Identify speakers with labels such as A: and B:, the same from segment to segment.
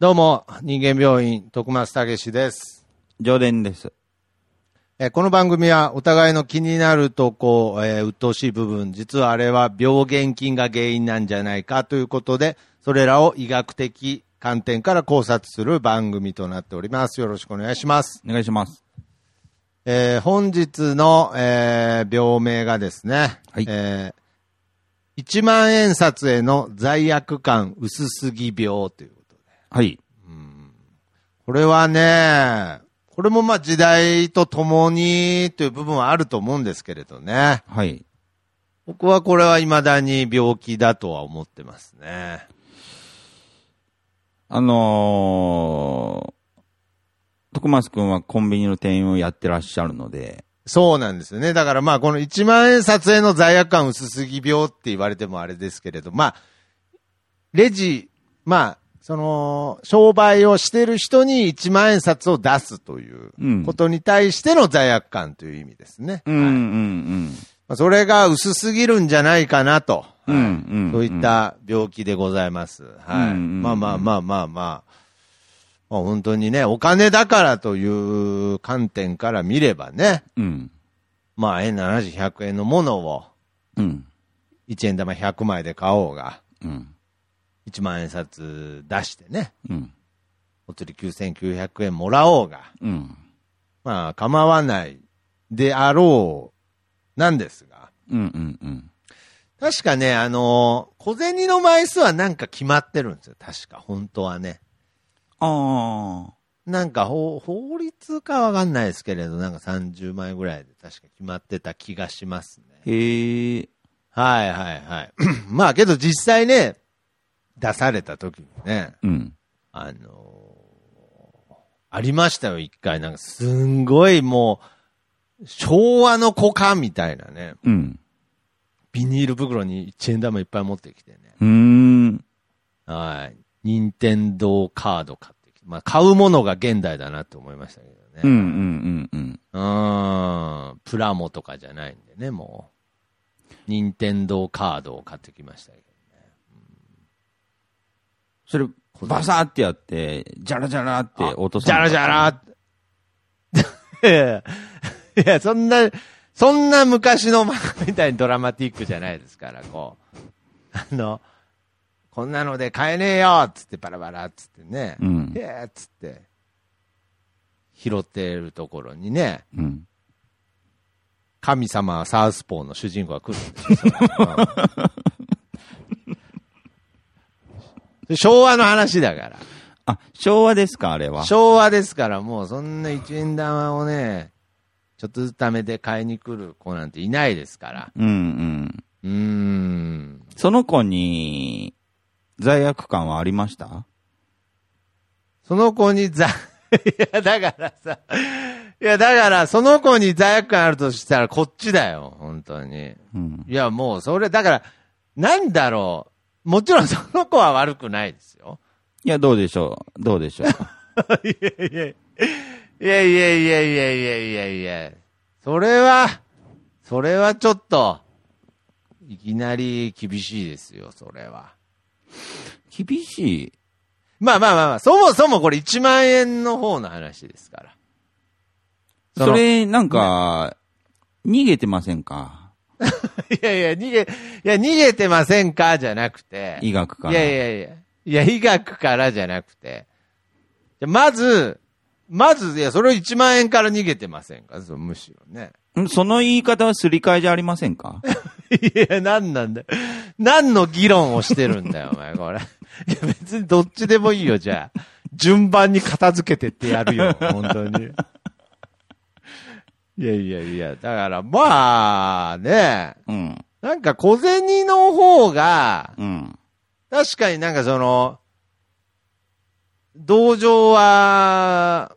A: どうも、人間病院、徳松たけしです。
B: 常連です。
A: えーこの番組は、お互いの気になるとこ、えー、鬱陶しい部分、実はあれは病原菌が原因なんじゃないかということで、それらを医学的観点から考察する番組となっております。よろしくお願いします。
B: お願いします。
A: えー本日の、えー病名がですね、
B: はい
A: えー1万円札への罪悪感薄すぎ病ということで。
B: はい。
A: これはね、これもまあ時代とともにという部分はあると思うんですけれどね。
B: はい。
A: 僕はこれは未だに病気だとは思ってますね。
B: あのー、徳松くんはコンビニの店員をやってらっしゃるので、
A: そうなんですよね。だからまあこの1万円撮影の罪悪感薄すぎ病って言われてもあれですけれど、まあ、レジ、まあ、その、商売をしてる人に1万円札を出すという
B: うん
A: ことに対しての罪悪感という意味ですね。
B: うんうんうん。
A: まあそれが薄すぎるんじゃないかなと。
B: うん
A: はい
B: うんうん
A: そういった病気でございます。はい。
B: うんうんうん
A: まあまあまあまあまあ。まあ本当にね、お金だからという観点から見ればね、
B: うん。
A: まあ円70、100円のものを
B: うん。
A: 1円玉100枚で買おうが、
B: うん。
A: 1万円札出してね、
B: うん。
A: お釣り9900円もらおうが、
B: うん。
A: まあ構わないであろうなんですが、
B: うんうんうん。
A: 確かね、あのー小銭の枚数はなんか決まってるんですよ。確か、本当はね。
B: あ
A: なんか法、法律かわかんないですけれど、なんか30枚ぐらいで確か決まってた気がしますね。
B: ー。へえ。
A: はいはいはい。 まあけど実際ね、出された時にね、
B: うん。
A: あのーありましたよ、一回。なんかすんごいもう、昭和の子かみたいなね、
B: うん。
A: ビニール袋に1円玉いっぱい持ってきてね。
B: うーん。
A: はい。任天堂カード買ってきて。まあ、買うものが現代だなって思いましたけどね。
B: うんうんうんうん。
A: うーん。プラモとかじゃないんでね、もう。任天堂カードを買ってきましたけど。
B: それ、バサーってやって、ジャラジャラって落とさ
A: じゃらじゃらって。 いや、そんな、そんな昔の漫画みたいにドラマティックじゃないですから、こう。あの、こんなので買えねえよっつってバラバラっつってね。
B: うん
A: へえっつって。拾ってるところにね、
B: うん。
A: 神様サウスポーの主人公が来るんです よ。それうん昭和の話だから。
B: あ、昭和ですか、あれは。
A: 昭和ですから、もうそんな一円玉をね、ちょっとずつ貯めて買いに来る子なんていないですから。
B: うんうん。
A: うーん。
B: その子に、罪悪感はありました
A: その子にざ、いや、だからさ、いや、だから、その子に罪悪感あるとしたらこっちだよ、本当に。
B: うん。
A: いや、もうそれ、だから、なんだろう。もちろんその子は悪くないですよ。
B: いや、どうでしょうどうでしょ う
A: いやいやいやいやいやいやいやいやいやそれは、それはちょっと、いきなり厳しいですよ、それは。
B: 厳しい。
A: まあまあまあまあ、そもそもこれ1万円の方の話ですから。その
B: それ、なんか、逃げてませんか
A: いやいや、逃げ、いや、逃げてませんかじゃなくて。
B: 医学か
A: い
B: ら。
A: やいやいや。いや、医学からじゃなくて。じゃまず、まず、いや、それを1万円から逃げてませんかそうむしろね。
B: んその言い方はすり替えじゃありませんか
A: いや、なんなんだよ。何の議論をしてるんだよ、お前、これ。いや、別にどっちでもいいよ、じゃあ。順番に片付けてってやるよ、本当に。いやいやいや、だから、まあ、ね、
B: うん。
A: なんか小銭の方が、
B: うん。
A: 確かになんかその、同情は、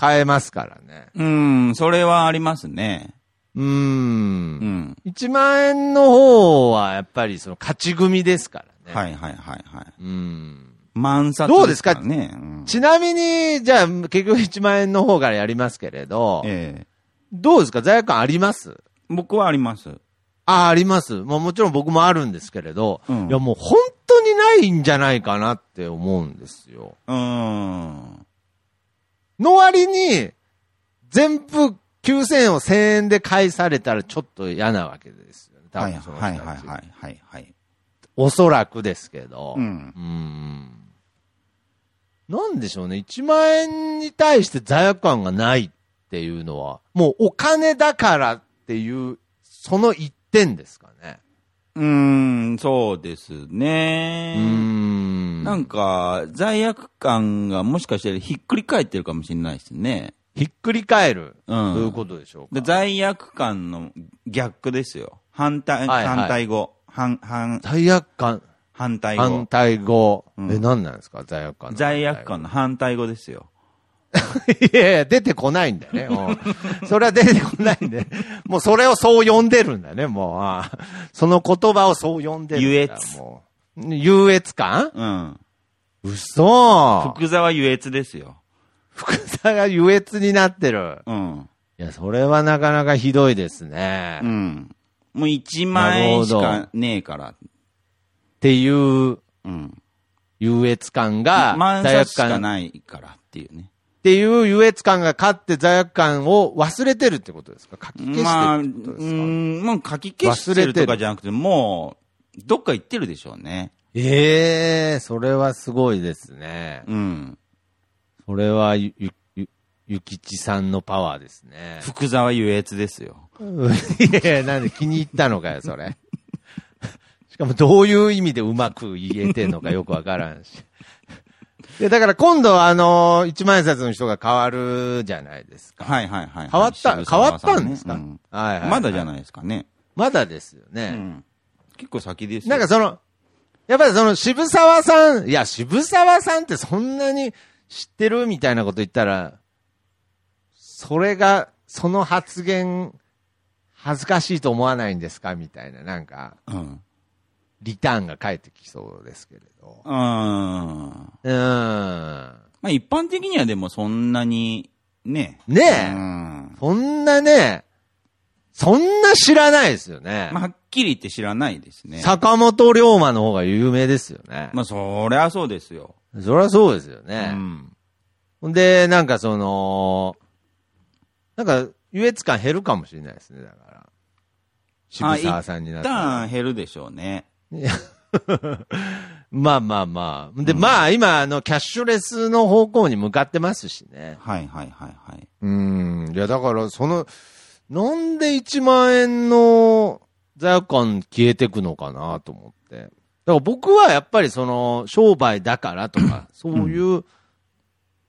A: 変えますからね。
B: うん、それはありますね。
A: うー。
B: うんん。
A: 1万円の方は、やっぱりその勝ち組ですからね。
B: はいはいはいはい。
A: うん。
B: 満札、
A: どうですか
B: ね。うん
A: ちなみに、じゃあ、結局1万円の方からやりますけれど、
B: ええ
A: どうですか罪悪感あります
B: 僕はあります。
A: あ、あります。もうもちろん僕もあるんですけれど、
B: うん
A: いやもう本当にないんじゃないかなって思うんですよ。
B: うーん。
A: の割に、全部9000円を1000円で返されたらちょっと嫌なわけですよね。多
B: はい
A: 分その人
B: は
A: た
B: い
A: ち
B: はいはいはいはい。
A: おそらくですけど。
B: うん。
A: うんなんでしょうね。1万円に対して罪悪感がないっていうのは、もうお金だからっていう、その一点ですかね。
B: うーん、そうです
A: う
B: ね。
A: ーん。
B: なんか、罪悪感がもしかしてひっくり返ってるかもしれないですね。
A: ひっくり返る。
B: うん
A: ということでしょう
B: で
A: か。
B: 罪悪感の逆ですよ。反対、
A: はいはい
B: 反対語。反、反、
A: 罪悪感、
B: 反対
A: 反
B: 語。
A: 対語。
B: うん
A: え、何なんですか罪悪感の反対語。
B: 罪悪感の反対語ですよ。
A: いやいや、出てこないんだよね。もうそれは出てこないんで。もうそれをそう呼んでるんだね、もうああ。その言葉をそう呼んでるんだ。
B: 優越
A: もう。優越感
B: うん。
A: 嘘
B: 福沢優越ですよ。
A: 福沢が優越になってる。
B: うん。
A: いや、それはなかなかひどいですね。
B: う
A: っ
B: ん。もう1万円し
A: なる
B: かねえから。
A: ていう
B: うん。
A: 優越感が、
B: 万
A: 罪
B: 円
A: 悪
B: しか
A: 感っ
B: ないからっていうね。
A: ていう優越感が勝って罪悪感を忘れてるってことですか書き消
B: まあ、う
A: してるってことですか、
B: ん、もう書き消してるとかじゃなくて、もう、どっか行ってるでしょうね。
A: ええそれはすごいですね。
B: うん。
A: それはゆ、ゆ、ゆ、ゆきちさんのパワーですね。
B: 福沢優越ですよ。
A: いやいや、なんで気に入ったのかよ、それ。 しかもどういう意味でうまく言えてんのかよくわからんし。 で、だから今度はあのー、一万円札の人が変わるじゃないですか。
B: はいはいはい。
A: 変わった、
B: 渋
A: 変わ
B: 沢
A: った
B: さね
A: んですか、
B: うん
A: はいはいはい
B: まだじゃないですかね。
A: まだですよ
B: う
A: ね。
B: ん。結構先ですよ
A: なんかその、やっぱりその渋沢さん、いや、渋沢さんってそんなに知ってるみたいなこと言ったら、それが、その発言、恥ずかしいと思わないんですかみたいな、なんか、
B: うん。
A: リターンが返ってきそうですけれど。
B: うん。ま
A: うーん。
B: あ一般的にはでもそんなに、ね。
A: ねえ
B: うん。
A: そんなね、そんな知らないですよね。
B: まあはっきり言って知らないですね。
A: 坂本龍馬の方が有名ですよね。
B: まあそりゃそうですよ。
A: そりゃそうですよ
B: う
A: ね。
B: ん。
A: ほんで、なんかその、なんか、優越感減るかもしれないですね、だから。渋沢さんにな
B: 一
A: ったら。
B: 旦減るでしょうね。
A: まあまあまあ。で、まあ今、あの、キャッシュレスの方向に向かってますしね。
B: はいはいはいはい。
A: うん。いや、だから、その、なんで1万円の罪悪感消えてくのかなと思って。だから僕はやっぱりその、商売だからとか、そういう、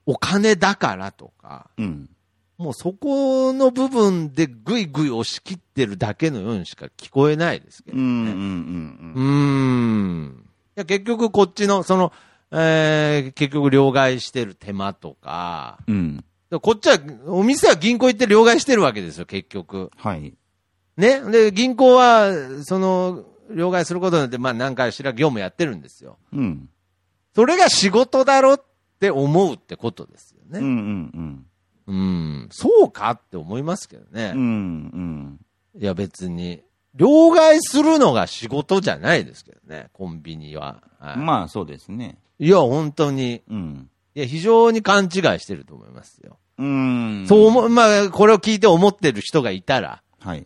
A: お金だからとか、
B: うん。
A: もうそこの部分でぐいぐい押し切ってるだけのようにしか聞こえないですけ
B: う
A: ど
B: んう
A: ね。
B: んうん
A: う
B: うん。
A: ーん。いや、結局こっちの、その、えー、結局両替してる手間とか、
B: うん。
A: でこっちは、お店は銀行行って両替してるわけですよ、結局。
B: はい。
A: ね。で、銀行は、その、両替することによって、まあ何回しら業務やってるんですよ。
B: うん。
A: それが仕事だろって思うってことですよ
B: う
A: ね。
B: んうん
A: うん。そうかって思いますけどね。
B: うん。うんうん。
A: いや別に。両替するのが仕事じゃないですけどね、コンビニは。はい
B: まあそうですね。
A: いや、本当に。
B: うん。
A: いや、非常に勘違いしてると思いますよ。
B: うん。
A: そう思う、まあ、これを聞いて思ってる人がいたら、
B: はい。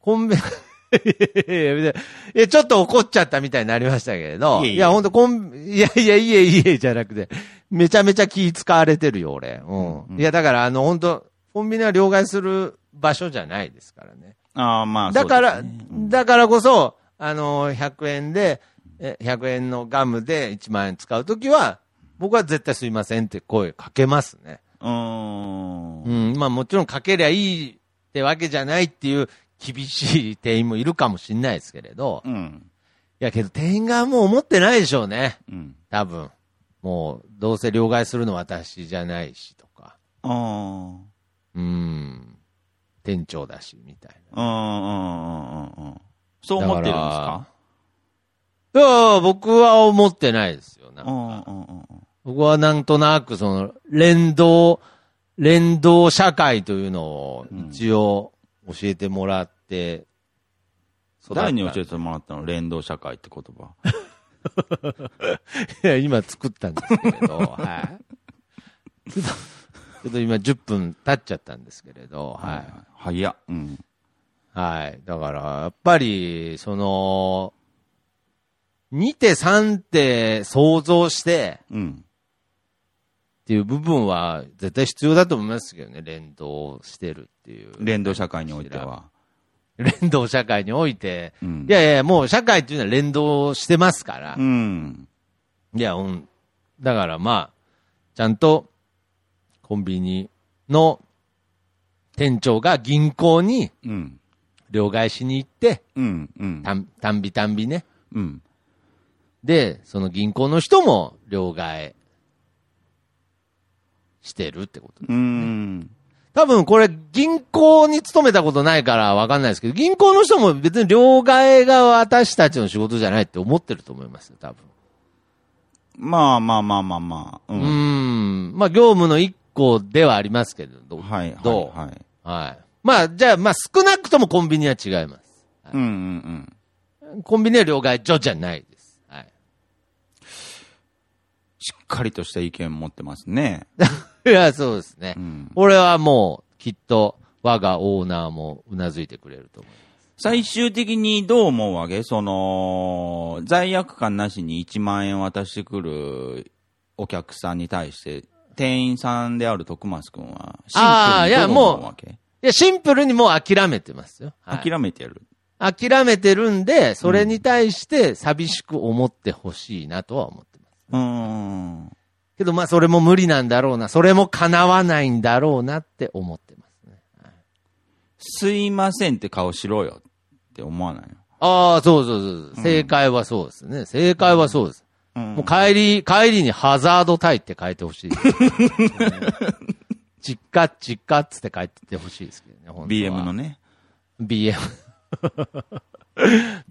A: コンビ、いやいやいやいや、ちょっと怒っちゃったみたいになりましたけれど、
B: いえいえ
A: いや、本当コン、いやいやいやいやじゃなくて、めちゃめちゃ気使われてるよ、俺。うん。
B: うん
A: いや、だから、あの、本当コンビニは両替する場所じゃないですからね。
B: ああまあ
A: だから、
B: そうですねうん
A: だからこそ、あの、100円で、え100円のガムで1万円使うときは、僕は絶対すいませんって声かけますね。
B: うー。
A: うんん、まあもちろんかけりゃいいってわけじゃないっていう厳しい店員もいるかもしれないですけれど、い
B: うん。
A: やけど店員がもう思ってないでしょうね。
B: うん。
A: 多分。もう、どうせ両替するの私じゃないしとか、
B: ああ。
A: うん、店長だしみたいな。
B: うんうんうんうんうん。そう思ってるんですか
A: いや、僕は思ってないですよ。なん
B: う
A: か
B: んうんうん
A: 僕はなんとなく、その、連動、連動社会というのを一応教えてもらって育った。
B: 誰に教えてもらったの連動社会って言葉。
A: いや、 今作ったんですけれど、はい。ちょっとちょっと今10分経っちゃったんですけれど、はい。
B: はい。早っ。うん。
A: はい。だから、やっぱり、その、2手3手想像して
B: うん。
A: っていう部分は絶対必要だと思いますけどね、連動してるっていう。
B: 連動社会においては。
A: 連動社会において、
B: うん
A: いやいや、もう社会っていうのは連動してますから、
B: うん。
A: いや、うん。だからまあ、ちゃんと、コンビニの店長が銀行に
B: うん。
A: 両替しに行って、
B: うん。うん。
A: たん、たんびたんびね。
B: うん。
A: で、その銀行の人も両替してるってこと。
B: うん。
A: 多分これ銀行に勤めたことないからわかんないですけど、銀行の人も別に両替が私たちの仕事じゃないって思ってると思いますよ、多分。
B: まあまあまあまあまあ。う。
A: うんん。まあ業務の一個ではありますけれど。
B: はい。はい。
A: どう
B: はい。
A: はい。まあ、じゃあ、まあ、少なくともコンビニは違います。
B: うんうん
A: コンビニは両替所じゃないです。はい。
B: しっかりとした意見持ってますね。
A: いや、そうですね。
B: うん
A: 俺はもう、きっと、我がオーナーもうなずいてくれると思う。
B: 最終的にどう思うわけその、罪悪感なしに1万円渡してくるお客さんに対して、店員さんである徳松くんは、シン
A: あー
B: プルに
A: いや
B: どう思
A: もう
B: うわけ
A: いや、シンプルにもう諦めてますよ。はい
B: 諦めてる。
A: 諦めてるんで、それに対して寂しく思ってほしいなとは思ってます。
B: うーん。
A: けど、まあ、それも無理なんだろうな。それも叶わないんだろうなって思ってますね。
B: すいませんって顔しろよって思わないの
A: ああ、そうそうそうそう。正解はそうですね。正解はそうです。
B: うん
A: もう帰り、帰りにハザードタイって書いてほしい ですね、ちっかっちっかっつって書いててほしいですけどね、本当は
B: BM の。ね。
A: BM。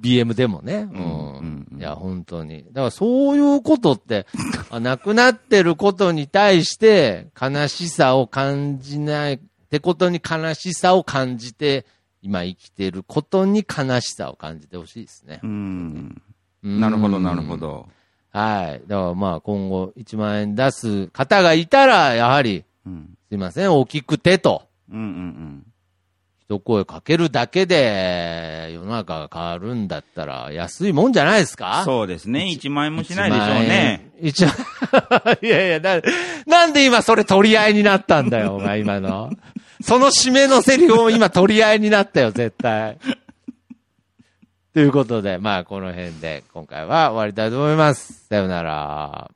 A: BM でもね。う
B: んうん
A: ん。いや、本当に。だからそういうことって、 あなくなってることに対して悲しさを感じない、ってことに悲しさを感じて、今生きてることに悲しさを感じてほしいですね
B: う。ん。
A: うん
B: なるほど、なるほ。ど。
A: はい。だからまあ今後1万円出す方がいたら、やはり、
B: うん。
A: すいません、大きくてと、
B: うんうんうん。
A: 一声かけるだけで世の中が変わるんだったら安いもんじゃないですかう。
B: そうですね。1万円もしないでしょうね。
A: 一万円。一 いやいや、な、なんで今それ取り合いになったんだよ、お前今の。その締めのセリフも今取り合いになったよ、絶対。ということで、まあこの辺で今回は終わりたいと思います。さようなら。